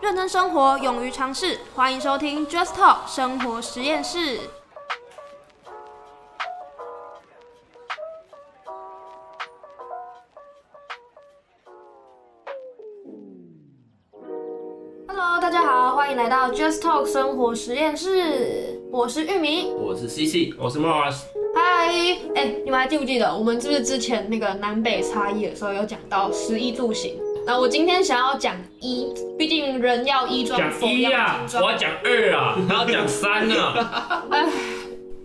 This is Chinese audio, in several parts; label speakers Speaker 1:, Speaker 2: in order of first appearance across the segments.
Speaker 1: 认真生活，勇于尝试。欢迎收听 Just Talk 生活实验室。Hello，大家好，欢迎来到 Just Talk 生活实验室，我是玉米。
Speaker 2: 我是 CC，我是 Mars。
Speaker 1: 嗨，哎，你们还记不记得我们是不是之前那个南北差异的时候有讲到食衣住行？那我今天想要讲衣，毕竟人要衣装，
Speaker 3: 讲
Speaker 1: 佛
Speaker 3: 一
Speaker 1: 要
Speaker 3: 啊
Speaker 1: 金，
Speaker 3: 我
Speaker 1: 装
Speaker 3: 要。讲二 啊，然后讲三啊，
Speaker 1: 哎，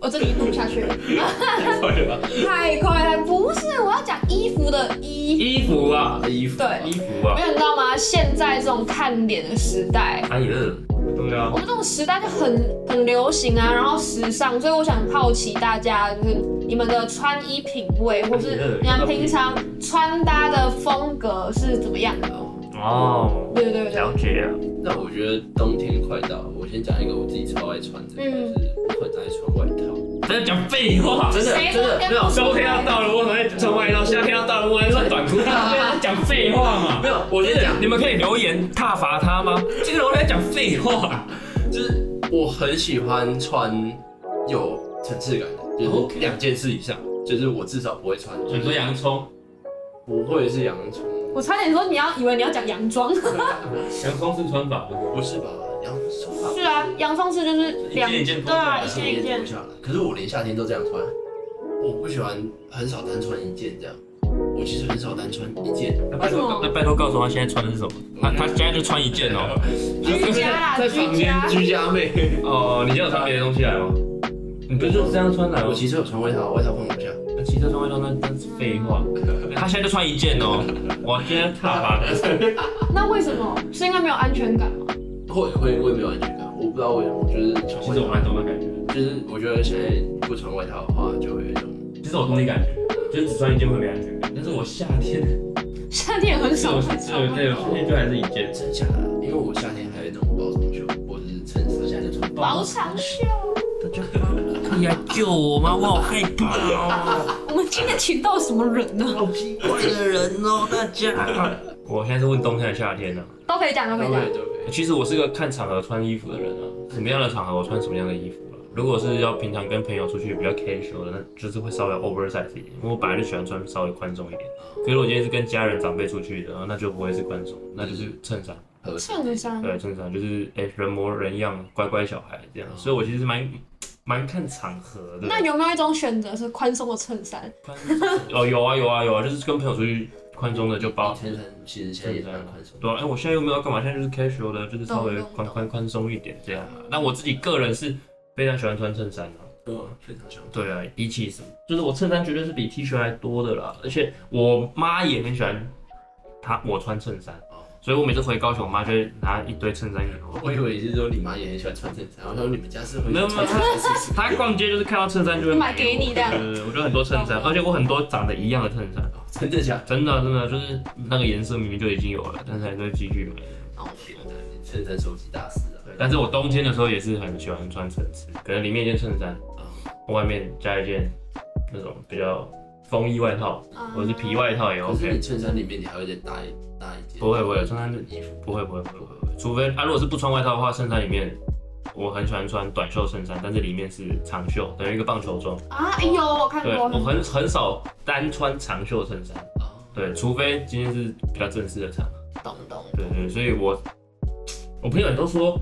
Speaker 1: 我这里录不下去了，
Speaker 2: 快了吧？
Speaker 1: 太快了。不是，我要讲衣服的衣。
Speaker 3: 衣服啊，
Speaker 2: 衣服
Speaker 1: 对
Speaker 3: 衣服啊
Speaker 1: 没，有，你知道吗？现在这种看脸的时代，
Speaker 3: 哎呀，对啊
Speaker 1: 我，们这种时代就很很流行啊，然后时尚，所以我想好奇大家，就是你们的穿衣品味，或是你们平常穿搭的风格是怎么样的？
Speaker 3: 哦，
Speaker 1: 对对对，
Speaker 3: 了解啊，
Speaker 2: 那我觉得冬天快到了，我先讲一个我自己超爱穿的，
Speaker 1: 嗯
Speaker 2: 就是我很爱穿外套。
Speaker 3: 真的讲废话，
Speaker 2: 真的
Speaker 1: 谁
Speaker 2: 真的
Speaker 1: 冬天
Speaker 2: 没有
Speaker 1: 不
Speaker 3: 冬天要到了，我很爱穿外套；夏天要到了，我很爱穿短裤。讲废话嘛，
Speaker 2: 没有，我先讲，
Speaker 3: 你们可以留言挞伐他吗？ 这个人在讲废话，
Speaker 2: 就是我很喜欢穿有层次感的，就
Speaker 3: OK
Speaker 2: 是两件事以上，就是我至少不会穿，就
Speaker 3: 你说
Speaker 2: 是
Speaker 3: 洋葱，
Speaker 2: 不会是洋葱，
Speaker 1: 我差点说你要以为你要讲洋 装，
Speaker 3: 洋葱是穿法，
Speaker 2: 不是吧？洋葱吧，
Speaker 1: 是啊，洋葱是就是两
Speaker 3: 一件一件脱
Speaker 1: 对
Speaker 3: 下
Speaker 1: 啊，
Speaker 3: 来
Speaker 1: 一件一
Speaker 2: 也脱
Speaker 1: 件，
Speaker 2: 下来。可是我连夏天都这样穿，我不喜欢很少单穿一件这样，我其实很少单穿一件。
Speaker 3: 那
Speaker 1: 拜托为什么那
Speaker 3: 拜托告诉他现在穿的是什么？他他现在就穿一件哦。
Speaker 1: 居家啦，
Speaker 2: 在房
Speaker 1: 居
Speaker 2: 间
Speaker 1: 家。
Speaker 2: 居家妹。
Speaker 3: 哦，你今天有穿别的东西来吗？你不是就这样穿来吗？
Speaker 2: 我其实有穿外套，外套放不下。
Speaker 3: 那骑车穿外套那那是废话，他现在就穿一件哦、我今 天踏伐的，
Speaker 1: 那为什么？是因为没有安全感吗？
Speaker 2: 会会会没有安全感，我不知道为什么，就是穿
Speaker 3: 其实我
Speaker 2: 外
Speaker 3: 蛮
Speaker 2: 套，
Speaker 3: 懂的感觉，
Speaker 2: 就是我觉得现在不穿外套的话，就会有一种
Speaker 3: 其实我懂你感觉，就是只穿一件会没安全感，但是我夏天，
Speaker 1: 夏天也很少
Speaker 3: 我
Speaker 1: 会
Speaker 3: 对
Speaker 1: 穿。
Speaker 3: 对，我夏天就还是一件，
Speaker 2: 真假的，因为我夏天还有一种包长袖或者是衬衫，夏天穿
Speaker 1: 薄长袖。
Speaker 3: 你来救我吗？我好害怕 哦、
Speaker 1: 我们今天请到什么人呢？
Speaker 2: 好奇怪，
Speaker 3: 的人哦、大家。我现在是问冬天还是夏天呢、
Speaker 1: 都可以讲，都可以讲。
Speaker 2: 对对，
Speaker 3: 其实我是个看场合穿衣服的人啊，什么样的场合我穿什么样的衣服啊。如果是要平常跟朋友出去比较 casual 的，那就是会稍微 oversize 一点，因为我本来就喜欢穿稍微宽松一点。可是我今天是跟家人长辈出去的，然后那就不会是宽松，哦那就是衬衫，
Speaker 2: 合适。
Speaker 1: 衬衫，
Speaker 3: 对，衬衫就是哎、人模人样，乖乖小孩这样。所以我其实蛮蛮看场合的。
Speaker 1: 那有没有一种选择是宽松的衬衫？
Speaker 3: 宽哦，有啊有啊有啊，就是跟朋友出去宽松的就包。
Speaker 2: 衬衫其实现在也蛮宽松，
Speaker 3: 对啊，哎、我现在又没有要干嘛，现在就是 casual 的，就是稍微
Speaker 1: 懂懂
Speaker 3: 宽
Speaker 1: 懂
Speaker 3: 宽宽松一点这样啊。那我自己个人是非常喜欢穿衬衫的、啊
Speaker 2: 嗯，非常像。
Speaker 3: 对啊，比起什么，就是我衬衫绝对是比 T 恤还多的啦。而且我妈也很喜欢她我穿衬衫
Speaker 2: 哦，
Speaker 3: 所以我每次回高雄，我妈就会拿一堆衬衫给我。
Speaker 2: 我以为是说你妈也很喜欢穿衬衫，我想说你们家是会
Speaker 3: 没有没有
Speaker 2: 穿衬衫是
Speaker 3: 她逛街就是看到衬衫就会
Speaker 1: 买给你这样
Speaker 3: 对，我就很多衬衫，而且我很多长得一样的衬衫，
Speaker 2: 哦真的假的？
Speaker 3: 真的真的就是那个颜色明明就已经有了，但是还是会继续买。
Speaker 1: 哦
Speaker 2: 衬衫收集大师啊，
Speaker 3: 对，但是我冬天的时候也是很喜欢穿层次，可能里面一件衬衫，啊外面加一件那种比较风衣外套或者是皮外
Speaker 1: 嗯
Speaker 3: 套也
Speaker 2: 可是
Speaker 3: OK
Speaker 2: 你。衬衫里面你还会再搭一搭一件？
Speaker 3: 不会不会，衬衫就
Speaker 2: 衣服
Speaker 3: 不会不会不会不会，除非啊，如果是不穿外套的话，衬衫里面我很喜欢穿短袖衬衫，但是里面是长袖，等于一个棒球装。
Speaker 1: 啊，哎呦，我看
Speaker 3: 对，
Speaker 1: 过
Speaker 3: 我。很很少单穿长袖衬衫，
Speaker 2: 啊。
Speaker 3: 对，除非今天是比较正式的场合。
Speaker 1: 懂懂。
Speaker 3: 对对，所以我我朋友也都说，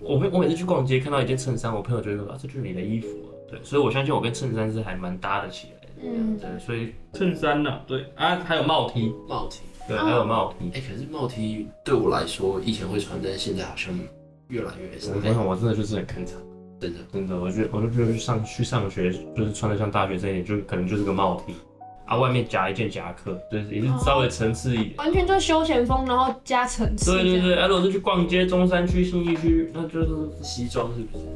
Speaker 3: 我每我每次去逛街看到一件衬衫，我朋友就会说啊，这就是你的衣服啊。对，所以我相信我跟衬衫是还蛮搭得起来的。
Speaker 1: 嗯，
Speaker 3: 对，所以衬衫呢、对啊，还有帽 T，
Speaker 2: 帽 T，
Speaker 3: 对，
Speaker 1: 哦
Speaker 3: 还有帽 T。
Speaker 2: 哎、可是帽 T 对我来说以前会穿，但是现在好像越来越少
Speaker 3: 我。
Speaker 2: 哎
Speaker 3: 想我真的就是很看场，
Speaker 2: 真的，
Speaker 3: 真的，我觉得我就觉得去上去上学就是穿的像大学生一点，就可能就是个帽 T，啊，外面夹一件夹克，就是也是稍微层次一点。
Speaker 1: 完全就是休闲风，然后加层次。
Speaker 3: 对对。对，啊，如果是去逛街，中山区、信义区，那就是
Speaker 2: 西装是不是？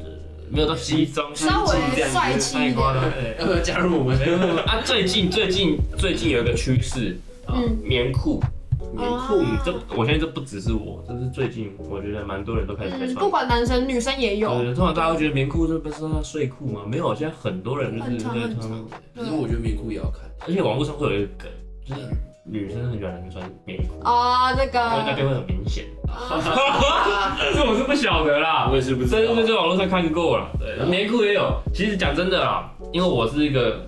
Speaker 3: 没有到西装，
Speaker 1: 稍微帅气一
Speaker 3: 太夸
Speaker 1: 点。
Speaker 3: 张 了。哎
Speaker 2: 要不要加入我们？
Speaker 3: 啊，最近最近最近有一个趋势，啊
Speaker 1: 嗯，
Speaker 3: 棉裤。
Speaker 2: 棉裤
Speaker 1: 嗯
Speaker 3: 这我相信这不只是我，这是最近我觉得蛮多人都开始在
Speaker 1: 嗯，
Speaker 3: 穿
Speaker 1: 不。管男生女生也有。
Speaker 3: 对，通常大家会觉得棉裤这不是像睡裤吗？没有，现在很多人就是
Speaker 1: 很长
Speaker 3: 在
Speaker 1: 很
Speaker 3: 穿，
Speaker 2: 可是我觉得棉裤也要看，
Speaker 3: 而且网络上会有一个梗，就是女生很喜欢男生穿棉裤，
Speaker 1: 啊，那
Speaker 3: 因为那
Speaker 1: 个。
Speaker 3: 边会很明显。
Speaker 2: 啊
Speaker 3: 这 我是不晓得啦
Speaker 4: 我。也是不知
Speaker 3: 真
Speaker 4: 道
Speaker 3: 的。在网络上看过了，
Speaker 2: 对
Speaker 3: 对啊棉裤也有。其实讲真的啦，因为我是一个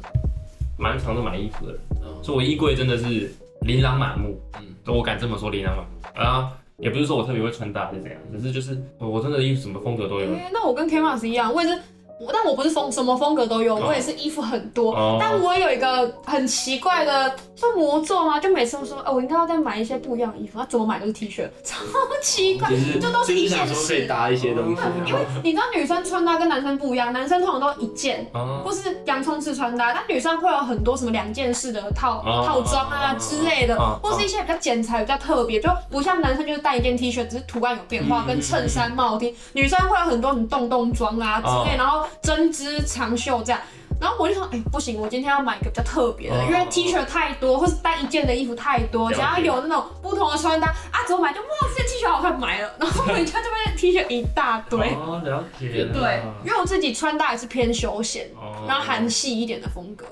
Speaker 3: 蛮常都买衣服的人，
Speaker 2: 嗯
Speaker 3: 所以我衣柜真的是琳琅满目。
Speaker 2: 嗯
Speaker 3: 嗯，我敢这么说琳琅满目啊。也不是说我特别会穿搭还是怎样，只是就是我我真的衣服什么风格都有。
Speaker 1: 哎那我跟 K Mars 一样，我也是，我但我不是风什么风格都有，
Speaker 3: 哦
Speaker 1: 我也是衣服很多。
Speaker 3: 哦
Speaker 1: 但我有一个很奇怪的，算魔咒吗？就每次都说，哦，我应该要再买一些不一样的衣服，那怎么买都是 T 恤，超奇怪。
Speaker 4: 其实
Speaker 1: 这都是一
Speaker 4: 就是
Speaker 1: 线
Speaker 4: 想说可以搭一些东西啊，
Speaker 1: 因为你知道女生穿搭跟男生不一样，男生通常都一件，
Speaker 3: 啊，
Speaker 1: 或是洋葱式穿搭，但女生会有很多什么两件式的套、
Speaker 3: 哦
Speaker 1: 套装啊
Speaker 3: 哦
Speaker 1: 之类的，
Speaker 3: 哦
Speaker 1: 或是一些比较剪裁、比较特别，就不像男生就是带一件 T 恤，只是图案有变化，
Speaker 3: 嗯
Speaker 1: 跟衬衫、帽 T。女生会有很多很洞洞装啊之类，
Speaker 3: 哦
Speaker 1: 然后针织长袖这样。然后我就想，哎、不行，我今天要买一个比较特别的，
Speaker 3: 哦
Speaker 1: 因为 T 恤太多，或是单一件的衣服太多，
Speaker 3: 了解
Speaker 1: 想要有那种不同的穿搭啊，怎么买就哇，这件 T 恤好看，买了，然后回家就变成 T 恤一大堆。
Speaker 3: 哦，了解了。
Speaker 1: 对，因为我自己穿搭也是偏休闲，
Speaker 3: 哦
Speaker 1: 然后韩系一点的风格。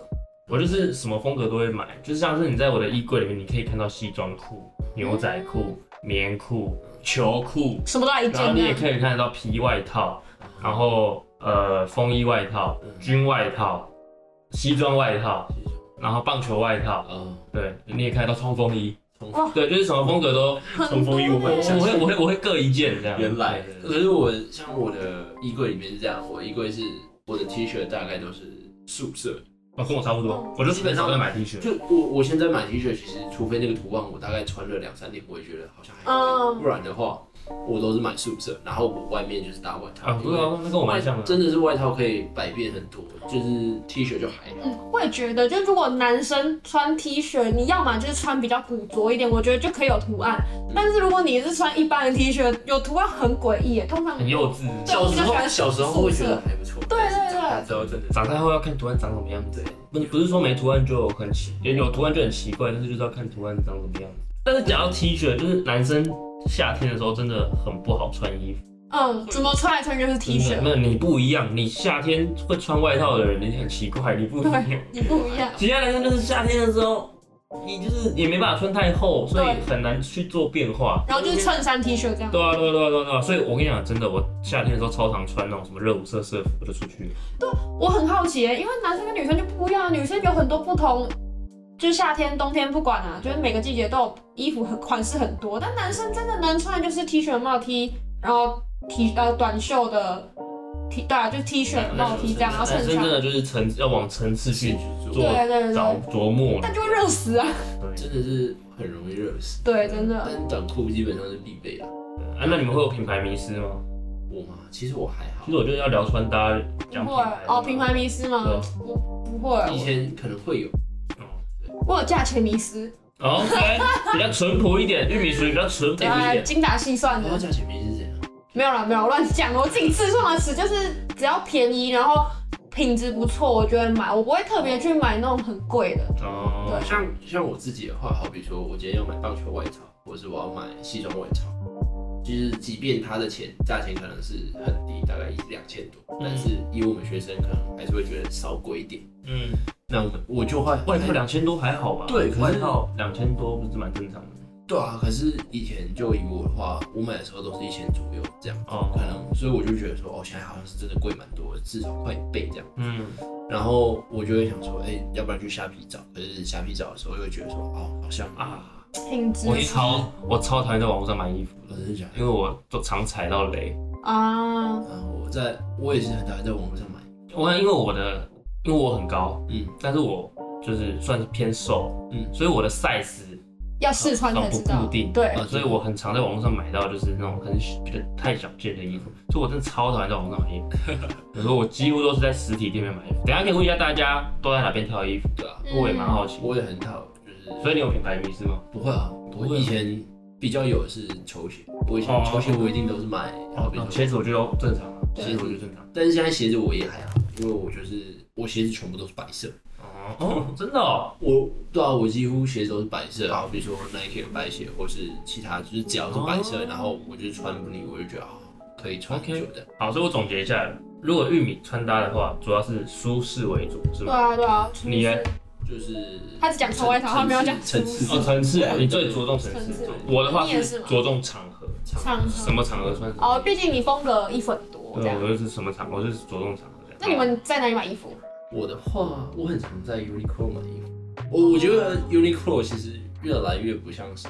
Speaker 3: 我就是什么风格都会买，就是像是你在我的衣柜里面，你可以看到西装裤、
Speaker 1: 嗯
Speaker 3: 牛仔裤、棉裤、球裤，
Speaker 1: 什么都来啊一件
Speaker 3: 然后
Speaker 1: 这
Speaker 3: 你也
Speaker 1: 样。
Speaker 3: 可以看得到皮外套，然后呃风衣外套、军外套、西装外套，然后棒球外套，
Speaker 2: 啊，
Speaker 3: 对，你也看得到冲锋衣
Speaker 2: 冲
Speaker 1: 锋，
Speaker 3: 对，就是什么风格都，
Speaker 1: 很
Speaker 4: 冲锋衣我买
Speaker 1: 多
Speaker 4: 不
Speaker 1: 耶
Speaker 4: 下
Speaker 3: 我会我会我会各一件这样。
Speaker 4: 原来
Speaker 3: 对对
Speaker 2: 可
Speaker 3: 对
Speaker 2: 是我像我的衣柜里面是这样，我衣柜是我的 T 恤大概都是素色，
Speaker 3: 哦跟我差不多，我就基本上在买 T 恤。
Speaker 2: 就我我现在买 T 恤，其实除非那个图案我大概穿了两三天，我也觉得好像还可以，
Speaker 1: 嗯
Speaker 2: 不然的话我都是买素色，然后我外面就是搭外套
Speaker 3: 啊，，对啊，那跟我蛮像的。
Speaker 2: 真的是外套可以百变很多，就是 T 恤就还好。
Speaker 1: 嗯，我也觉得，就如果男生穿 T 恤，你要么就是穿比较古着一点，我觉得就可以有图案。
Speaker 3: 嗯
Speaker 1: 但是如果你是穿一般的 T 恤，有图案很诡异耶，通常
Speaker 3: 很幼稚，
Speaker 1: 对
Speaker 2: 小
Speaker 1: 我比
Speaker 2: 时
Speaker 1: 较喜
Speaker 2: 候
Speaker 1: 欢
Speaker 2: 小时候会觉得还不错，
Speaker 1: 对对对
Speaker 2: 长大之后真的
Speaker 3: 长大后要看图案长什么样子。嗯
Speaker 2: 对，
Speaker 3: 不不是说没图案就很奇，有有图案就很奇怪，但是就是要看图案长什么样子。但是讲到 T 恤，就是男生夏天的时候真的很不好穿衣服。
Speaker 1: 嗯，怎么穿来穿去就是 T 恤，
Speaker 3: 那你不一样，你夏天会穿外套的人，你很奇怪，你不一样。
Speaker 1: 你不一样。
Speaker 3: 其他男生就是夏天的时候，你就是也没办法穿太厚，所以
Speaker 1: 对
Speaker 3: 很难去做变化。
Speaker 1: 然后就是衬衫 T 恤这样。
Speaker 3: 对啊，对啊，对啊，对啊，对啊！所以我跟你讲，真的，我夏天的时候超常穿那种什么热舞社社服，我就出去。
Speaker 1: 我很好奇耶，因为男生跟女生就不一样，女生有很多不同，就是夏天、冬天不管啊，就是每个季节都有衣服很款式很多，但男生真的能穿的就是 T 恤、帽 T，然后 T 呃短袖的 T，对啊，就是 T 恤、帽 T 这样，然后
Speaker 3: 啊男
Speaker 1: 衬
Speaker 3: 生
Speaker 1: 衫
Speaker 3: 真。的就是层要往层次去
Speaker 2: 做
Speaker 3: 做
Speaker 1: 对对
Speaker 3: 找
Speaker 1: 对，
Speaker 3: 琢磨。
Speaker 1: 但就会热死啊！
Speaker 2: 真的是很容易热死，
Speaker 1: 对，真的。
Speaker 2: 但短裤基本上是必备的。
Speaker 3: 啊，那你们会有品牌迷失吗？
Speaker 2: 我嘛，其实我还好
Speaker 3: 其实，我就是要聊穿搭，
Speaker 1: 不
Speaker 3: 讲品
Speaker 1: 会
Speaker 3: 牌
Speaker 1: 哦，平牌迷失吗
Speaker 3: 对？啊
Speaker 1: 我不会，啊
Speaker 2: 以前可能会有，
Speaker 1: 我有价钱迷失，
Speaker 3: 哦 OK，比较淳朴一点，玉米属于比较淳朴一
Speaker 1: 哎，
Speaker 3: 点。
Speaker 1: 精打细算的
Speaker 2: 然后。价钱名是怎样？
Speaker 1: 没有啦，没有我乱讲，我自己自创的词就是只要便宜，然后品质不错，我就会买，我不会特别去买那种很贵的。
Speaker 3: 哦，
Speaker 2: 像像我自己的话，好比说我今天要买棒球外套，或是我要买西装外套，就是即便它的钱价钱可能是很低，大概一两千多，但是以我们学生可能还是会觉得稍贵一点。
Speaker 3: 嗯，
Speaker 2: 那我们我就会
Speaker 3: 外套两千多还好吧？
Speaker 2: 对可是
Speaker 3: 外套两千多不是蛮正常的。
Speaker 2: 对啊，可是以前就以我的话，我买的时候都是一千左右这样，可
Speaker 3: 哦，
Speaker 2: 能所以我就觉得说，哦，现在好像是真的贵蛮多的，至少快一倍这样。
Speaker 3: 嗯，
Speaker 2: 然后我就会想说，哎、要不然去虾皮找，可是虾皮找的时候又会觉得说，哦，好像啊，
Speaker 3: 啊，
Speaker 1: 品质
Speaker 3: 我超我超讨厌在网络上买衣服的，
Speaker 2: 真的假
Speaker 3: 因为我都常踩到雷。
Speaker 1: 啊，
Speaker 2: 的？啊，我在我也是很讨厌在网络上买，
Speaker 3: 我看因为我的因为我很高，
Speaker 2: 嗯
Speaker 3: 但是我就是算是偏瘦，
Speaker 2: 嗯
Speaker 3: 所以我的 size
Speaker 1: 要试穿才知
Speaker 3: 很不
Speaker 1: 道
Speaker 3: 固定。
Speaker 1: 对，
Speaker 2: 啊
Speaker 3: 所以我很常在网络上买到就是那种很小比较太小件的衣服，所以我真的超讨厌在网络上买衣服。 有时候我几乎都是在实体店面买衣服。等一下可以问一下大家都在哪边挑衣服，
Speaker 2: 对啊，
Speaker 3: 我也蛮好奇。
Speaker 2: 我也很讨，就是
Speaker 3: 所以你有品牌迷思吗？
Speaker 2: 不会啊，我
Speaker 3: 不会啊
Speaker 2: 以前比较有的是球鞋，我以
Speaker 3: 哦
Speaker 2: 前球鞋我一定都是买，好比说
Speaker 3: 鞋子我觉得正常啊，
Speaker 2: 对
Speaker 3: 鞋子我觉得正常。
Speaker 2: 但是现在鞋子我也还好，因为我就是我鞋子全部都是白色。
Speaker 3: 哦，真的哦，
Speaker 2: 我对啊，我几乎鞋子都是白色，啊，比如说 Nike 的白鞋，或是其他，就是只要是白色，
Speaker 3: 哦
Speaker 2: 然后我就穿不腻，我就觉得啊，可以穿很
Speaker 3: OK
Speaker 2: 久的。
Speaker 3: 好，所以我总结一下，如果玉米穿搭的话，主要是舒适为主，是
Speaker 1: 对
Speaker 3: 吗？
Speaker 1: 啊对啊。
Speaker 3: 你呢
Speaker 2: 就是
Speaker 1: 他只讲穿外套，
Speaker 2: 层
Speaker 1: 他没有讲
Speaker 2: 层
Speaker 1: 舒
Speaker 2: 次
Speaker 1: 适
Speaker 3: 哦，层次，你最着重层
Speaker 1: 层
Speaker 3: 次
Speaker 1: 次。
Speaker 3: 我的话
Speaker 1: 你也
Speaker 3: 是
Speaker 1: 是吗
Speaker 3: 着重场合，
Speaker 1: 场合
Speaker 3: 什么场合穿什么。
Speaker 1: 哦，毕竟你风格衣服很多这
Speaker 3: 对，
Speaker 1: 样。
Speaker 3: 我就是什么场，我就是着重场合这样。
Speaker 1: 那你们在哪里买衣服？
Speaker 2: 我的话，我很常在 Uniqlo 买衣服。
Speaker 3: 哦
Speaker 2: 我我觉得 Uniqlo 其实越来越不像是，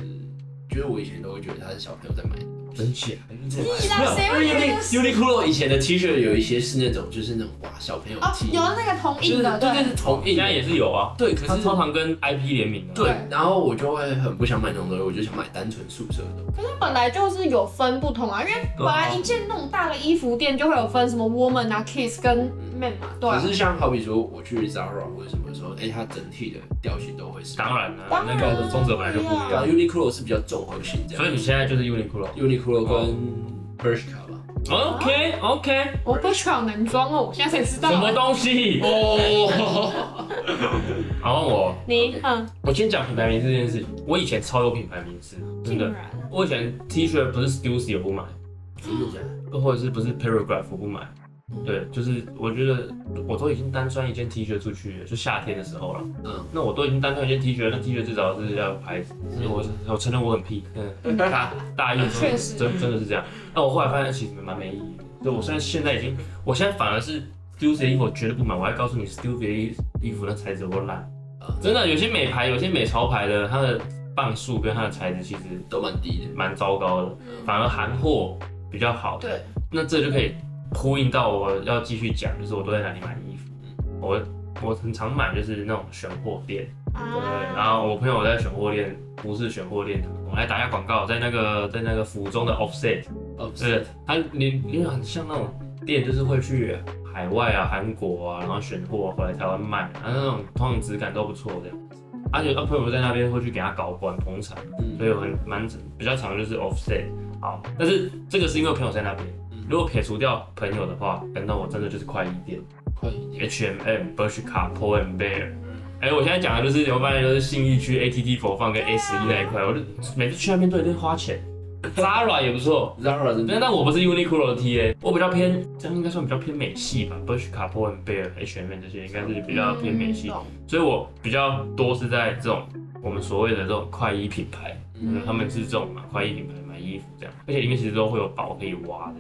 Speaker 2: 就是我以前都会觉得它是小朋友在买的。
Speaker 3: 真假？
Speaker 1: 屁啦谁会
Speaker 2: 没有，因
Speaker 1: 觉
Speaker 2: 为
Speaker 1: 得
Speaker 2: Uni- Uniqlo 以前的 T 恤有一些是那种，就是那种哇小朋友
Speaker 1: 哦
Speaker 2: T，，
Speaker 1: 有那个同
Speaker 2: 就是
Speaker 1: 印的，
Speaker 2: 对
Speaker 1: 对
Speaker 2: 对，是同
Speaker 3: 现
Speaker 2: 印的
Speaker 3: 在也是有啊，
Speaker 2: 对，可
Speaker 3: 他
Speaker 2: 是
Speaker 3: 通常跟 IP 联名的。
Speaker 2: 对
Speaker 1: 对，
Speaker 2: 然后我就会很不想买那种东西，我就想买单纯宿舍的。
Speaker 1: 可是本来就是有分不同啊，因为本来一件那种大的衣服店就会有分什么 woman 啊、kids 跟 man 嘛，对
Speaker 2: 可
Speaker 1: 啊。
Speaker 2: 是像好比说我去 Zara 或者什么的时候，哎，它整体的调性都会是。
Speaker 3: 当然了，
Speaker 1: 当
Speaker 3: 那
Speaker 1: 然
Speaker 3: 个风格本来就不一
Speaker 2: 对
Speaker 3: 样。
Speaker 2: 啊，Uniqlo 是比较综合性这
Speaker 3: 所以
Speaker 2: 样。
Speaker 3: 你现在就是 Uniqlo。
Speaker 2: Uniqlo 跟 Bershka 吧。
Speaker 3: OK OK，
Speaker 1: 我不喜欢男装哦，我现在才知道。
Speaker 3: 什么东西？
Speaker 2: 哦，
Speaker 3: 好，问我，
Speaker 1: 你嗯，
Speaker 3: 我先讲品牌名字这件事情。我以前超有品牌名字，
Speaker 1: 竟
Speaker 3: 真的。
Speaker 1: 然
Speaker 3: 我以前 T 恤不是 Stussy 我不买，
Speaker 2: 真的假的？
Speaker 3: 或者是不是 Paragraph 我不买。
Speaker 1: 嗯
Speaker 3: 对，就是我觉得我都已经单穿一件 T 恤出去了，就夏天的时候了。
Speaker 2: 嗯，
Speaker 3: 那我都已经单穿一件 T 恤，那 T 恤至少是要有牌子。就是我我承认我很屁，嗯，大大一的时候
Speaker 1: 确实
Speaker 3: 真真的是这样。那我后来发现其实蛮没意义的。对我虽然现在已经，我现在反而是 Stussy 的衣服我绝对不买，我还告诉你 Stussy 的衣衣服那材质有多烂。
Speaker 1: 嗯
Speaker 2: 啊，
Speaker 3: 真的，有些美牌，有些美潮牌的，它的磅数跟它的材质其实
Speaker 2: 都蛮低的。
Speaker 3: 蛮糟糕的，
Speaker 1: 嗯
Speaker 3: 反而韩货比较好。
Speaker 1: 对，
Speaker 3: 那这就可以呼应到我要继续讲，就是我都在哪里买衣服。我我很常买就是那种选货店，对。然
Speaker 1: 啊，
Speaker 3: 后我朋友在选货店，不是选货店，我们来打一下广告，在那个在那个府中的 Offset，
Speaker 2: 哦，不
Speaker 3: 对，它你因为很像那种店，就是会去海外啊、韩国啊，然后选货回来台湾卖，然后那种通常质感都不错这样。而且啊朋友在那边会去给他搞管捧场，
Speaker 2: 嗯
Speaker 3: 所以我很蛮比较常就是 offset 好，但是这个是因为朋友在那边
Speaker 2: 嗯。
Speaker 3: 如果撇除掉朋友的话，那我真的就是快一点
Speaker 2: 快一点。
Speaker 3: H&M、Bershka、Pull and Bear。哎、我现在讲的就是，我发现就是信义区 ATT 佛放跟 S 一那一块，我就每次去那边都一定花钱。Zara 也不错，
Speaker 2: Zara 真
Speaker 3: 那
Speaker 2: 的
Speaker 3: 但我不是 Uniqlo 的 TA，我比较偏，这样应该算比较偏美系吧，Bershka、p o and Bear、H&M 这些应该是比较偏美系，
Speaker 1: 嗯
Speaker 3: 所以我比较多是在这种我们所谓的这种快衣品牌，
Speaker 2: 嗯
Speaker 3: 他们是这种嘛快衣品牌买衣服这样，而且里面其实都会有宝可以挖的。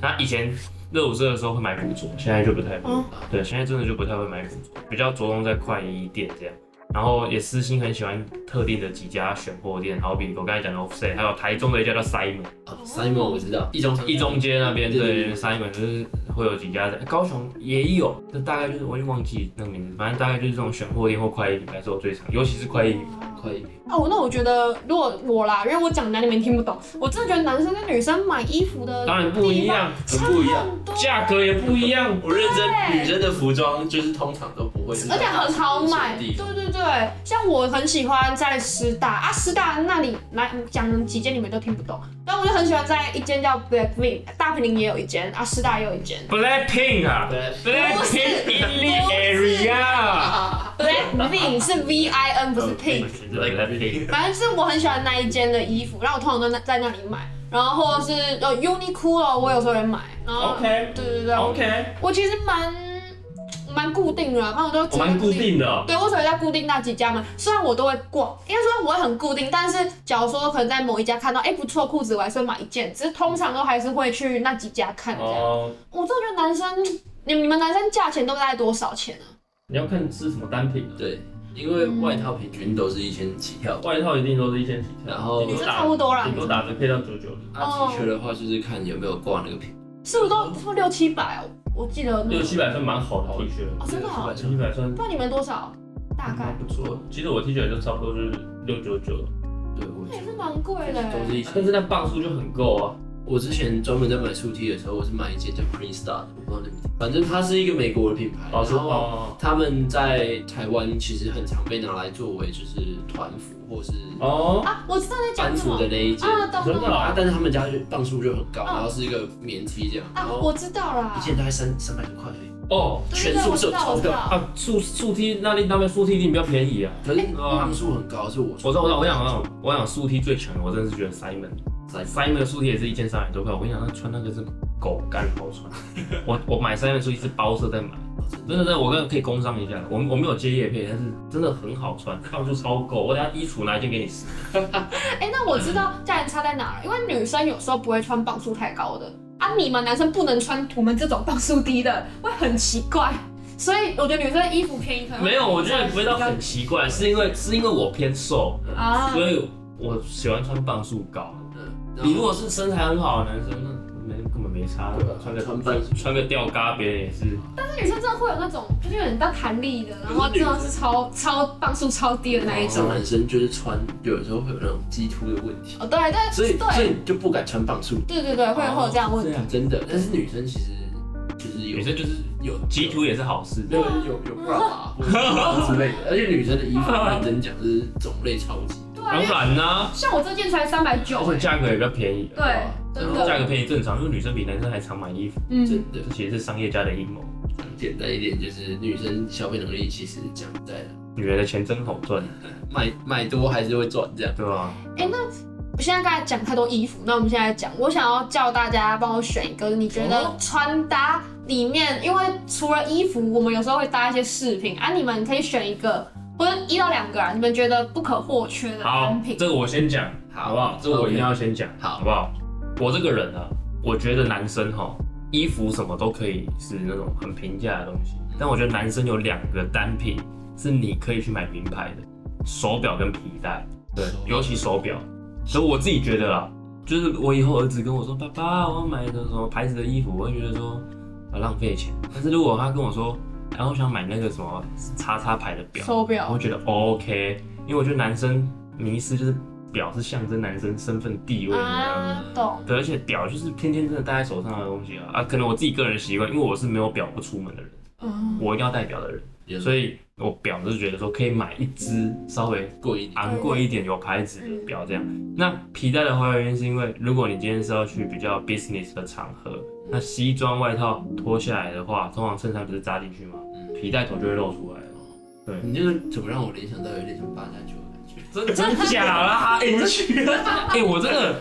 Speaker 3: 那以前热舞社的时候会买古着，现在就不太会，
Speaker 1: 嗯
Speaker 3: 对，现在真的就不太会买古着，比较着重在快衣店这样。然后也私心很喜欢特定的几家选货店，好比我刚才讲的 Offset，还有台中的一家叫 Simon，
Speaker 2: 啊，Simon 我知道，一中
Speaker 3: 一中街那边
Speaker 2: 对对
Speaker 3: 对
Speaker 2: 对
Speaker 3: ，Simon 就是会有几家在，高雄也有，这大概就是我已经忘记那个名字，反正大概就是这种选货店或快易品牌是我最常，尤其是快易。
Speaker 2: 快一点。
Speaker 1: 哦，那我觉得如果我啦，因为我讲难你们听不懂，我真的觉得男生跟女生买衣服的
Speaker 3: 当然不一样，
Speaker 1: 差
Speaker 2: 很不一样
Speaker 1: 很多，
Speaker 3: 价格也不一样。
Speaker 2: 我认真，女生的服装就是通常都不会是，
Speaker 1: 而且很好买。对
Speaker 2: 地方
Speaker 1: 对对，像我很喜欢在师大啊，师大那里来讲几间你们都听不懂，但我就很喜欢在一间叫 Blackpink，大平林也有一间啊，师大也有一间
Speaker 3: Blackpink 啊
Speaker 2: 对，
Speaker 3: ，Blackpink
Speaker 1: 不是
Speaker 3: in the
Speaker 1: 不是
Speaker 3: area。
Speaker 1: ，Blackpink 是 V I N 不是 Pink。
Speaker 3: Blackpink
Speaker 1: 反正是我很喜欢那一间的衣服，然后我通常都在在那里买，然后或者是呃 Uniqlo，我有时候也买，然后
Speaker 3: OK
Speaker 1: 对对对
Speaker 3: OK，
Speaker 1: 我其实蛮蛮固定的啦，反正我都
Speaker 3: 我蛮固定的哦。
Speaker 1: 对，我只会在固定那几家嘛，虽然我都会逛，应该说我会很固定，但是假如说可能在某一家看到，哎、不错裤子，我还是会买一件，只是通常都还是会去那几家看这样。
Speaker 3: 哦，
Speaker 1: 我真的觉得男生，你你们男生价钱都大概多少钱啊？
Speaker 3: 你要看是什么单品啊，
Speaker 2: 对，因为
Speaker 1: 嗯
Speaker 2: 外套平均都是一千起跳，
Speaker 3: 外套一定都是一千几，
Speaker 2: 然后
Speaker 1: 女生差不多啦
Speaker 3: 顶，多哦打折可以到九九，
Speaker 1: 哦
Speaker 2: 啊 T 恤的话就是看有没有挂那个品，
Speaker 1: 是不是都是不是六七百哦？我记得那
Speaker 3: 六
Speaker 1: 个
Speaker 3: 七百算蛮好的 T 恤了
Speaker 1: 哦，真的哦
Speaker 3: 六七百算
Speaker 1: 不知道你们多少？大概
Speaker 3: 不错。其实我 T 恤就差不多是六九九，
Speaker 2: 对我
Speaker 1: 那
Speaker 2: 觉
Speaker 1: 也是哎蛮贵的
Speaker 2: 得都
Speaker 1: 欸。
Speaker 2: 是一
Speaker 3: 但
Speaker 2: 千。
Speaker 3: 是那磅数就很够啊。
Speaker 2: 我之前专门在买素 T 的时候，我是买一件叫 Green Star 的，我不知道你们，反正它是一个美国的品牌，然后
Speaker 3: 哦
Speaker 2: 他们在台湾其实很常被拿来作为就是团服或是
Speaker 3: 哦，
Speaker 1: 啊，我知道在
Speaker 2: 班
Speaker 1: 讲什
Speaker 2: 服
Speaker 1: 么
Speaker 2: 的那一件，
Speaker 1: 啊，懂
Speaker 3: 真
Speaker 1: 懂
Speaker 3: 的
Speaker 1: 懂
Speaker 3: 哦
Speaker 2: 啊，但是他们家就磅数就很高，
Speaker 1: 嗯
Speaker 2: 然后是一个棉 T 这样，然
Speaker 1: 啊，
Speaker 2: 后
Speaker 1: 我知道啦
Speaker 2: 一。件大概三三百多块而已，
Speaker 3: 哦
Speaker 1: 对对
Speaker 2: 全
Speaker 1: 对，
Speaker 2: 宿
Speaker 1: 我
Speaker 2: 舍
Speaker 1: 知道，我
Speaker 2: 超
Speaker 1: 知
Speaker 2: 票，
Speaker 1: 道。
Speaker 3: 啊，速速 T 那另那边速 T 一定比较便宜啊。
Speaker 2: 可
Speaker 1: 哎
Speaker 2: 是磅数很高，是我
Speaker 3: 哦我知道，我知道，我想，我想，我想速 T 最强的，我真的是觉得 Simon。Simon 的速 T 也是一件三百多块，我跟你讲，他穿那个是狗干好穿。我我买 Simon 速 T 是包色在买，真的，真的，我跟可以工商一下，我我没有接夜配，但是真的很好穿，磅数超够。我等下衣橱拿一件给你试。
Speaker 1: 哎、那我知道价钱差在哪了，因为女生有时候不会穿磅数太高的啊，你们男生不能穿我们这种磅数低的，会很奇怪。所以我觉得女生的衣服便宜可能会
Speaker 3: 没有，我觉得不会到很奇怪，是因为是因为我偏瘦，
Speaker 1: 啊，
Speaker 3: 所以我喜欢穿磅数高。
Speaker 2: 嗯，
Speaker 3: 你如果是身材很好的男生，那没根本没差
Speaker 2: 对啊，
Speaker 3: 穿个
Speaker 2: 穿半
Speaker 3: 穿个吊嘎，别人也是。
Speaker 1: 但是女生真的会有那种就是有点到弹力的，然后真的是超超磅数超低的那一种
Speaker 2: 种。男生就是穿，有时候会有那种鸡突的问题，
Speaker 1: 哦，对对，
Speaker 2: 所以所
Speaker 1: 对
Speaker 2: 以哦你就不敢穿磅数，
Speaker 1: 对对对，会会有这样的问题。
Speaker 3: 对啊
Speaker 2: 真的。但是女生其实就是有
Speaker 3: 女生就是
Speaker 2: 有
Speaker 3: 基图也是好事。
Speaker 2: 有有有 bra 啊或者什么之类的，而且女生 的衣服认真讲就是种类超级多，
Speaker 1: 对啊，
Speaker 3: 当
Speaker 1: 因为
Speaker 3: 然啦、
Speaker 1: 像我这件才三百九欸
Speaker 3: 而，且价格也比较便宜。啊
Speaker 1: 对，啊真
Speaker 2: 然后
Speaker 3: 价
Speaker 1: 的，
Speaker 3: 格便宜正常，因为女生比男生还常买衣服，
Speaker 1: 嗯，
Speaker 2: 真的
Speaker 3: 这。其实是商业家的阴谋。
Speaker 2: 简单一点，就是女生消费能力其实讲实在的，
Speaker 3: 女人的钱真好赚，
Speaker 2: 买买多还是会赚这样。
Speaker 3: 对吧、
Speaker 1: 我现在刚才讲太多衣服，那我们现在讲，我想要叫大家帮我选一个，你觉得
Speaker 2: 哦
Speaker 1: 穿搭里面，因为除了衣服，我们有时候会搭一些饰品啊，你们可以选一个，或者一到两个啊，你们觉得不可或缺的
Speaker 3: 好
Speaker 1: 单，品。
Speaker 3: 这个我先讲，
Speaker 2: 好
Speaker 3: 好不好？这个我一定要先讲，
Speaker 2: 好
Speaker 3: 好不好？我这个人呢、啊，我觉得男生哈，衣服什么都可以是那种很平价的东西，但我觉得男生有两个单品是你可以去买名牌的，手表跟皮带，对
Speaker 2: 手，表
Speaker 3: 尤其手表。所以我自己觉得啦，就是我以后儿子跟我说，爸爸，我要买一个什么牌子的衣服，我会觉得说啊浪费钱。但是如果他跟我说，然后我想买那个什么叉叉牌的表，
Speaker 1: 手
Speaker 3: 然
Speaker 1: 表
Speaker 3: 后觉得哦 OK，因为我觉得男生迷失就是表是象征男生身份地位，你知道吗？
Speaker 1: 啊，懂，
Speaker 3: 对，而且表就是天天真的戴在手上的东西啊啊！可能我自己个人习惯，因为我是没有表不出门的人，
Speaker 1: 嗯，
Speaker 3: 我一定要戴表的人，
Speaker 2: 也
Speaker 3: 所以我表就是觉得说可以买一只稍微
Speaker 2: 过一点，
Speaker 3: 昂贵一点有牌子的表这样。那皮带的话，原因是因为如果你今天是要去比较 business 的场合，那西装外套脱下来的话，通常衬衫不是扎进去吗？皮带头就会露出来了。
Speaker 2: 你就是怎么让我联想到有点像八加九的感觉？
Speaker 3: 真真假啦？哎、你去？ 哎、我真的，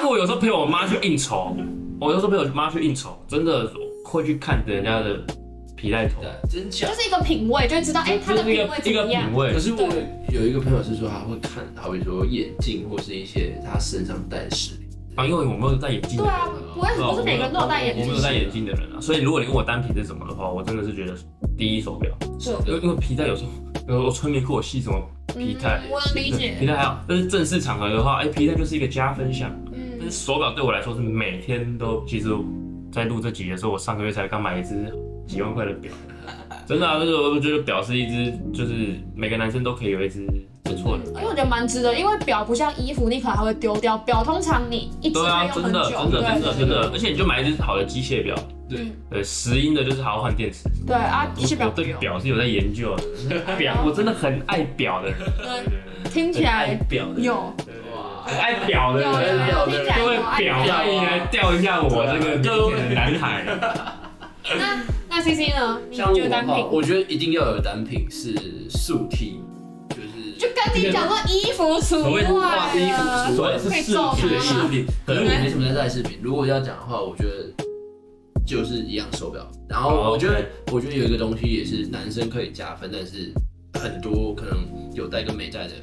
Speaker 3: 因为我有时候陪我妈去应酬，我有时候陪我妈去应酬，真的会去看人家的皮带头，
Speaker 2: 对，真假
Speaker 1: 就？是一个品味，就会知道，哎、他的
Speaker 3: 就是一
Speaker 1: 品
Speaker 3: 个
Speaker 1: 味怎
Speaker 3: 一个
Speaker 1: 么样
Speaker 3: 品？味
Speaker 2: 可。是我有一个朋友是说他会看，好比说眼镜或是一些他身上戴的饰品，
Speaker 3: 啊，因为我没有戴眼镜的
Speaker 1: 对
Speaker 3: 人，
Speaker 1: 啊，不会不是每个人都有戴眼
Speaker 3: 我
Speaker 1: 镜
Speaker 3: 没有，戴眼镜的人啊，所以如果你问我单品是什么的话，我真的是觉得第一手表，因为因为皮带有时候，有我穿棉裤我系什么皮带，
Speaker 1: 嗯我能理解
Speaker 3: 皮带还好，但是正式场合的话，哎、皮带就是一个加分项。但
Speaker 1: 嗯
Speaker 3: 是，手表对我来说是每天都，其实，在录这集的时候，我上个月才刚买一只几万块的表，真的啊，就是我觉得表是一只，就是每个男生都可以有一只不错的
Speaker 1: 因为哎我觉得蛮值得，因为表不像衣服，你可能还会丢掉，表通常你一直
Speaker 3: 对
Speaker 1: 还
Speaker 3: 啊，
Speaker 1: 用
Speaker 3: 真
Speaker 1: 很
Speaker 3: 的，
Speaker 1: 久，
Speaker 3: 真的，真的，
Speaker 1: 对
Speaker 3: 真的，而且你就买一只好的机械表，
Speaker 2: 对，
Speaker 3: 对，石英的就是好好换电池。
Speaker 1: 对啊，机械表
Speaker 3: 我对表是有在研究的，表我真的很爱表的人，
Speaker 1: 对，呃听起
Speaker 3: 很爱
Speaker 1: 来
Speaker 3: 表的人，
Speaker 1: 有
Speaker 2: 哇，
Speaker 3: 很爱表的
Speaker 1: 有有
Speaker 3: 人，
Speaker 1: 有，听起来
Speaker 3: 各位
Speaker 1: 有爱
Speaker 3: 表欢迎来吊一下我这个明天的男孩。
Speaker 1: 那那 C C 呢？你
Speaker 2: 像我
Speaker 1: 觉得
Speaker 2: 的
Speaker 1: 单
Speaker 2: 话，
Speaker 1: 品？
Speaker 2: 我觉得一定要有单品是素 T，就是
Speaker 1: 就跟你讲说衣服除
Speaker 3: 所
Speaker 1: 外
Speaker 3: 谓的
Speaker 2: 哇衣服
Speaker 1: 了，
Speaker 2: 除
Speaker 3: 所
Speaker 2: 外
Speaker 3: 以是
Speaker 1: 被
Speaker 3: 饰
Speaker 1: 揍
Speaker 3: 品
Speaker 1: 吗
Speaker 3: 的饰品，
Speaker 2: 可是
Speaker 3: 对
Speaker 2: 我没什么在戴饰品。如果要讲的话，我觉得就是一样手表。然后
Speaker 3: 哦
Speaker 2: 我觉得
Speaker 3: OK，
Speaker 2: 我觉得有一个东西也是男生可以加分，但是很多可能有戴跟没戴的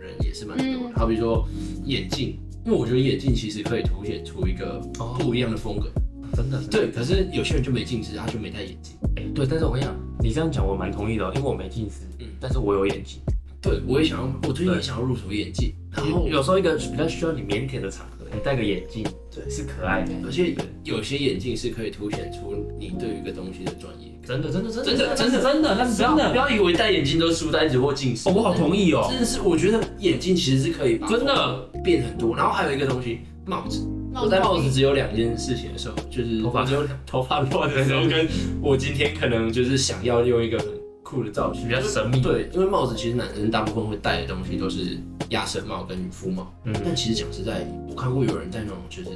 Speaker 2: 人也是蛮多
Speaker 1: 嗯
Speaker 2: 的。好比说眼镜，因为我觉得眼镜其实可以凸显出一个
Speaker 3: 哦
Speaker 2: 不一样的风格。
Speaker 3: 真的对
Speaker 2: 对，可是有些人就没近视，他就没戴眼镜。
Speaker 3: 对，但是我跟你讲，你这样讲我蛮同意的哦，因为我没近视
Speaker 2: 嗯，
Speaker 3: 但是我有眼睛。
Speaker 2: 对，我也想要，我最近也
Speaker 3: 对
Speaker 2: 想要入手眼镜，然后
Speaker 3: 有时候一个比较需要你腼腆的场合，你戴个眼镜，
Speaker 2: 对
Speaker 3: 是可爱的。
Speaker 2: 而且有些眼镜是可以凸显出你对于一个东西的专业。
Speaker 3: 真的，真的，真
Speaker 2: 真的
Speaker 3: 的，
Speaker 2: 真的
Speaker 3: 真的，那是
Speaker 2: 不要不。要以为戴眼镜都是书呆子或近视。
Speaker 3: 哦，我好同意哦。
Speaker 2: 真的是，我觉得眼镜其实是可以把
Speaker 3: 真的
Speaker 2: 变很多。然后还有一个东西，帽子。
Speaker 1: 那
Speaker 2: 我戴帽子只有两件事情的时候，就是
Speaker 3: 头发
Speaker 2: 我只有头发乱的时候，跟我今天可能就是想要用一个很酷的造型，
Speaker 3: 比较神秘
Speaker 2: 对，因为帽子其实男生大部分会戴的东西都是鸭舌帽跟渔夫帽，
Speaker 3: 嗯，
Speaker 2: 但其实讲实在，我看过有人戴那种就是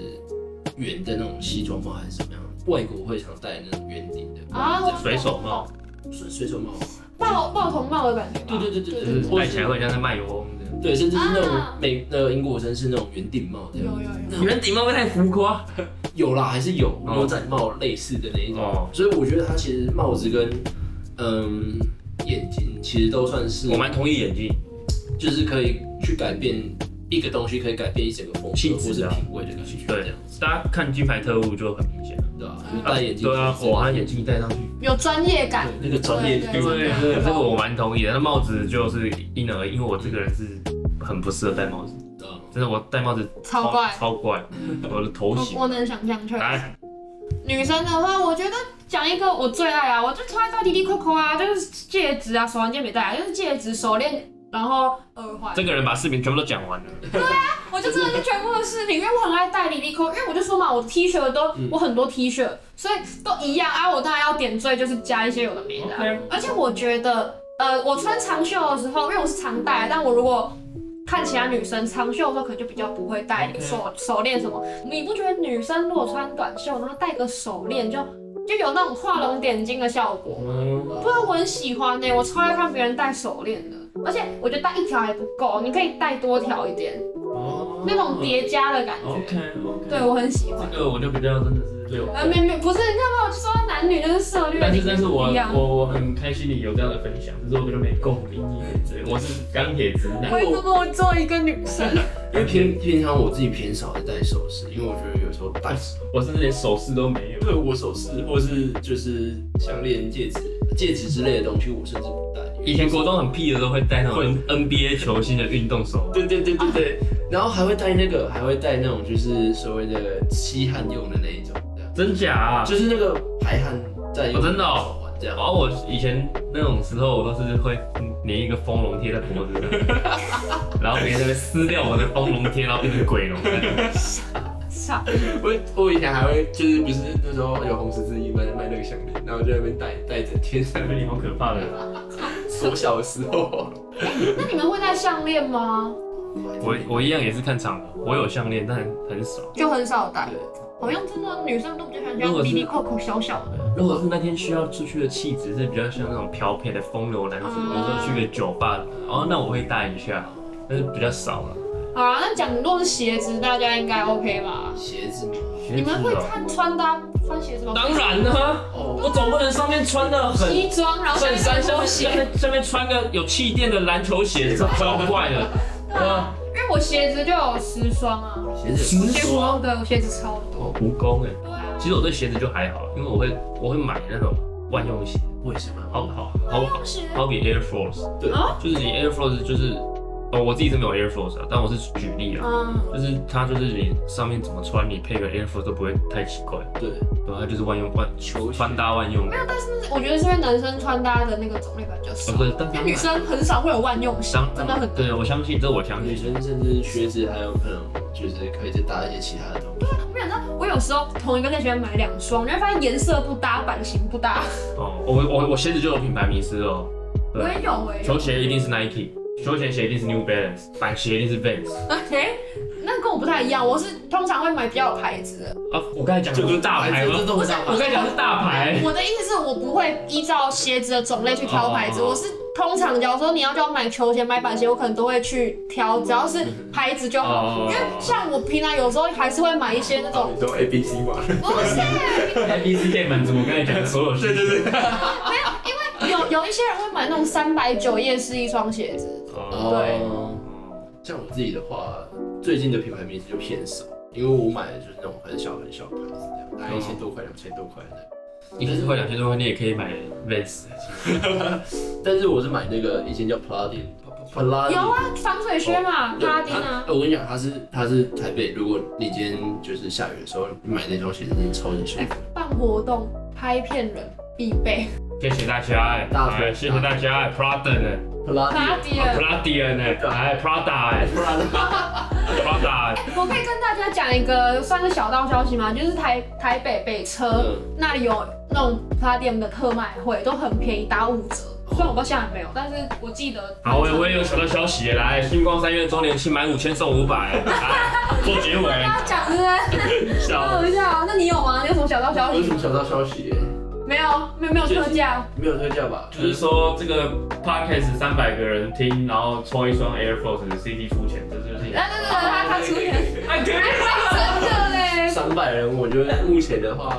Speaker 2: 圆的那种西装帽还是怎么样，外国会常戴那种圆顶的
Speaker 1: 啊，我
Speaker 3: 水手帽，
Speaker 2: 水水手帽。
Speaker 1: 爆爆头帽的感觉吧。
Speaker 2: 对对对
Speaker 1: 对
Speaker 2: 对
Speaker 3: 就是
Speaker 2: 对，
Speaker 3: 戴起来会像在卖油翁这样。
Speaker 2: 对，甚至是那
Speaker 1: 啊
Speaker 2: 种美那个英国绅士那种圆顶帽这
Speaker 1: 有
Speaker 2: 样。
Speaker 1: 有有。
Speaker 3: 圆顶帽会太浮夸。
Speaker 2: 有啦，还是有
Speaker 3: 哦
Speaker 2: 牛仔帽类似的那一种，
Speaker 3: 哦
Speaker 2: 所以我觉得它其实帽子跟嗯，眼睛其实都算是
Speaker 3: 我，蛮同意眼镜，
Speaker 2: 就是可以去改变一个东西，可以改变一整个风
Speaker 3: 气
Speaker 2: 格或
Speaker 3: 质
Speaker 2: 是
Speaker 3: 啊
Speaker 2: 品味的感觉，
Speaker 3: 对
Speaker 2: 这样子，
Speaker 3: 大家看《金牌特务》就很明显了。
Speaker 2: 对吧？就戴眼镜，
Speaker 3: 对啊，
Speaker 2: 其实
Speaker 3: 我他眼镜一戴上去，
Speaker 1: 有专业感，
Speaker 2: 那个专业
Speaker 1: 对
Speaker 3: 对
Speaker 1: 对
Speaker 3: 对对，这个我蛮同意的。那帽子就是因人而异，因为我这个人是很不适合戴帽子，
Speaker 2: 嗯
Speaker 3: 真的，我戴帽子
Speaker 1: 超怪嗯
Speaker 3: 超怪，我的头型
Speaker 1: 我我能想象确实。
Speaker 3: 哎，
Speaker 1: 女生的话，我觉得讲一个我最爱啊，我就超爱戴滴滴扣扣啊，就是戒指啊，手环戒没戴啊，就是戒指、手链，然后耳环。
Speaker 3: 这个人把视频全部都讲完了，
Speaker 1: 我就真的是全部的饰品，因为我很爱戴滴滴扣，因为我就说嘛，我的 T 恤都、
Speaker 2: 嗯
Speaker 1: 我很多 T 恤，所以都一样啊。我当然要点缀，就是加一些有的没的啊、
Speaker 3: OK
Speaker 1: 而且我觉得，呃，我穿长袖的时候，因为我是常戴，但我如果看其他女生长袖的时候，可能就比较不会戴
Speaker 3: OK
Speaker 1: 手手链什么。你不觉得女生如果穿短袖，然后戴个手链就，就有那种画龙点睛的效果？
Speaker 3: 嗯，
Speaker 4: 哦
Speaker 1: 不然我很喜欢呢、我超爱看别人戴手链的，而且我觉得戴一条还不够，你可以戴多条一点。
Speaker 2: 哦
Speaker 1: 那种叠加的感觉。
Speaker 3: 哦 OK OK，
Speaker 1: 对我很喜欢。
Speaker 3: 这个我就比较真的是对。
Speaker 1: 呃，没没不是，你干嘛说男女就是涉略？
Speaker 4: 但是，但是我
Speaker 1: 一样
Speaker 4: 我我很开心你有这样的分享，只是我觉得没够你一点，我是钢铁直男。
Speaker 1: 为什么我做一个女生？
Speaker 2: 因为平平常我自己偏少戴首饰，因为我觉得有时候戴
Speaker 4: 我甚至连首饰都没有。
Speaker 2: 对我首饰或是就是项链、戒指、戒指之类的东西，我甚至不戴。因为
Speaker 3: 以前国中很屁的时候会戴那种 N- NBA 球星的运动手环，
Speaker 2: 对对对对对，然后还会戴那个，还会戴那种就是所谓的吸汗用的那一种，这样
Speaker 3: 真假啊？
Speaker 2: 就是那个排汗在用
Speaker 3: 哦真的哦
Speaker 2: 手环这样
Speaker 3: 然。后我以前那种时候，我都是会粘一个丰隆贴在脖子 上，然后别人在那边撕掉我的丰隆贴，然后变成鬼龙。
Speaker 1: 傻，
Speaker 2: 我我以前还会就是不是那时候有红十字一卖卖那个项链，然后我就在那边戴戴整天，在那边
Speaker 4: 你好可怕 的，
Speaker 2: 缩小的时候。
Speaker 1: 那你们会戴项链吗？
Speaker 3: 我我一样也是看场合，我有项链，但很少。
Speaker 1: 就很少戴
Speaker 2: 对，
Speaker 1: 好像真的女生都比较喜欢这
Speaker 3: 如
Speaker 1: 样
Speaker 3: 果是
Speaker 1: 滴滴扣扣小小的。
Speaker 3: 如果是那天需要出去的气质是比较像那种飘飘的风流男子，比如说去个酒吧，哦，那我会戴一下，但是比较少了。
Speaker 1: 好啊，那讲如果是鞋子，大家应该 OK 吧？
Speaker 2: 鞋子吗？啊
Speaker 1: 你们会看穿搭穿鞋子吗？
Speaker 4: 当然
Speaker 3: 啊
Speaker 4: 啦，
Speaker 2: 哦，
Speaker 4: 我总不能上面穿的很
Speaker 1: 西装，然后
Speaker 4: 衬衫，
Speaker 1: 下
Speaker 4: 下
Speaker 1: 面
Speaker 4: 面
Speaker 1: 鞋
Speaker 4: 下。面下面穿个有气垫的篮球鞋，超怪的。
Speaker 1: 对啊，因为我鞋子就有十双啊，
Speaker 2: 鞋子
Speaker 1: 我鞋子对，我鞋子超多。
Speaker 3: 哦，蜈蚣哎，
Speaker 1: 对啊，
Speaker 3: 其实我对鞋子就还好，因为我会我会买那种万用鞋，
Speaker 2: 为什么？
Speaker 3: 好好好好
Speaker 1: 用鞋
Speaker 3: 好比 Air Force，
Speaker 2: 对
Speaker 1: 啊
Speaker 3: 就是你 Air Force 就是，哦，我自己是没有 Air Force 啊，但我是举例啊，
Speaker 1: 嗯，
Speaker 3: 就是它就是你上面怎么穿，你配个 Air Force 都不会太奇怪，
Speaker 2: 对，
Speaker 3: 然后它就是万用万
Speaker 2: 球鞋
Speaker 3: 穿搭万用
Speaker 1: 哦
Speaker 3: 的，
Speaker 1: 我觉得是因为男生穿搭的那个种类比较少
Speaker 3: 哦。对，但
Speaker 1: 因
Speaker 3: 当
Speaker 1: 为女生很少会有万用型，真
Speaker 3: 当
Speaker 1: 的很
Speaker 3: 对我相信，这我相
Speaker 2: 女
Speaker 3: 信，
Speaker 2: 生甚至靴子还有可能就是可以再搭一些其他的东西。
Speaker 1: 没想到我有时候同一个类型买两双，你会发现颜色不搭，版型不搭。
Speaker 3: 哦，我我我鞋子就有品牌迷失哦，
Speaker 1: 我也
Speaker 3: 对，
Speaker 1: 有哎、
Speaker 3: 球鞋一定是 Nike，休闲鞋一定是 New Balance，板鞋一定是 Vans。
Speaker 1: 哎、那跟我不太一样，我是通常会买比较有牌子的。
Speaker 3: 啊，我刚才讲的不是大牌吗
Speaker 2: 这？种大
Speaker 3: 我刚才讲的是大 牌。
Speaker 1: 我的意思是我不会依照鞋子的种类去挑牌子，
Speaker 3: 哦
Speaker 1: 我是通常假如说你要叫我买球鞋、买板鞋，我可能都会去挑，只要是牌子就好。因
Speaker 3: 嗯哦
Speaker 1: 为像我平常有时候还是会买一些那种，
Speaker 2: 你说 A B C 嘛？
Speaker 1: 不
Speaker 3: 哦
Speaker 1: 是
Speaker 4: A B C 可以满足我刚才讲的所有需求。
Speaker 1: 有有一些人会买那种三百九夜市一双鞋子，
Speaker 3: 哦
Speaker 1: 对
Speaker 2: 哦，像我自己的话，最近的品牌名字就偏少，因为我买的就是那种很小很小的牌子，这样大概一千多块、两千多块的。
Speaker 3: 你是花两千多块，你也可以买 Vans。
Speaker 2: 但是我是买那个以前叫 Palladium。Palladium
Speaker 1: 有啊，防水靴嘛，
Speaker 2: 对呃
Speaker 1: 拉丁啊。
Speaker 2: 它我跟你讲，它是它是台北，如果你今天就是下雨的时候，你买那双鞋子，你超级舒服。
Speaker 1: 办活动拍片人必备，
Speaker 3: 谢谢大家，哎
Speaker 2: 大腿
Speaker 3: 哎谢谢大家哎，Prada 呢
Speaker 1: 拉
Speaker 2: Palladium。
Speaker 1: 迪
Speaker 3: 啊
Speaker 1: 尔。
Speaker 3: ，Prada 呢，哎，Prada 哎，Prada，
Speaker 1: 我可以跟大家讲一个算是小道消息嘛，就是台台北北车
Speaker 2: 嗯
Speaker 1: 那里有那种 Palladium 的特卖会，都很便宜，打五折。虽然我不知道现在有没有，但是我记得。
Speaker 3: 好，我我也有小道消息，来，星光三月周年庆满五千送五百，来做结尾。
Speaker 1: 大家讲是不是？笑一下啊，那你有吗？你有什么小道消
Speaker 2: 有
Speaker 1: 息
Speaker 2: 什？么小道消息？
Speaker 1: 没有，没有没有特价。
Speaker 2: 没有特价吧？
Speaker 3: 就是说，这个 podcast 三百个人听，然后抽一双 Air Force 的 CD 出钱，这就是你
Speaker 1: 来来来，他他出钱，
Speaker 3: 哎可以
Speaker 1: 真的嘞。
Speaker 2: 三百人，我觉得目前的话，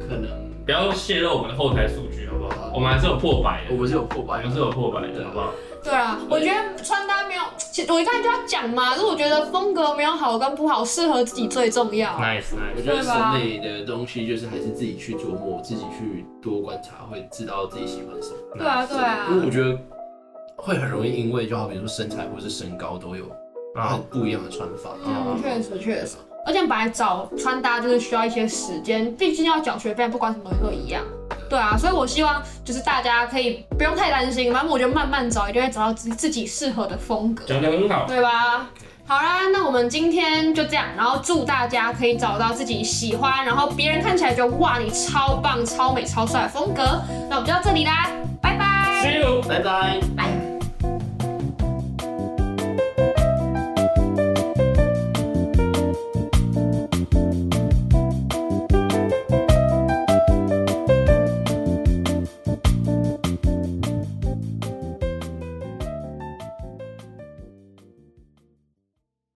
Speaker 2: 可能
Speaker 3: 不要泄露我们的后台数据，好不好？
Speaker 4: 我们还是有破百的，
Speaker 2: 我们是有破
Speaker 4: 我
Speaker 2: 百
Speaker 4: 们
Speaker 2: 的，
Speaker 4: 是有破百的，好不好？
Speaker 1: 对啊，我觉得穿搭没有，其实我一开始就要讲嘛，就是我觉得风格没有好跟不好，适合自己最重要。
Speaker 4: Nice
Speaker 2: 我
Speaker 4: nice，
Speaker 2: 觉得
Speaker 1: 对吧
Speaker 2: 审美的东西就是还是自己去琢磨，自己去多观察，会知道自己喜欢什么。
Speaker 1: 对啊，对啊
Speaker 2: 因，为我觉得会很容易因为就好比说身材或是身高都有
Speaker 3: 啊
Speaker 2: 很，不一样的穿法。
Speaker 1: 嗯确实确实。而且本来找穿搭就是需要一些时间，毕竟要缴学费，不管什么都一样。对啊，所以我希望就是大家可以不用太担心，反正我觉得慢慢找，一定会找到自己自己适合的风格。
Speaker 4: 讲得很好，
Speaker 1: 对吧？好啦，那我们今天就这样，然后祝大家可以找到自己喜欢，然后别人看起来觉得哇你超棒、超美、超帅的风格。那我们就到这里啦，拜拜。
Speaker 4: See you。
Speaker 2: 拜拜。
Speaker 1: 拜。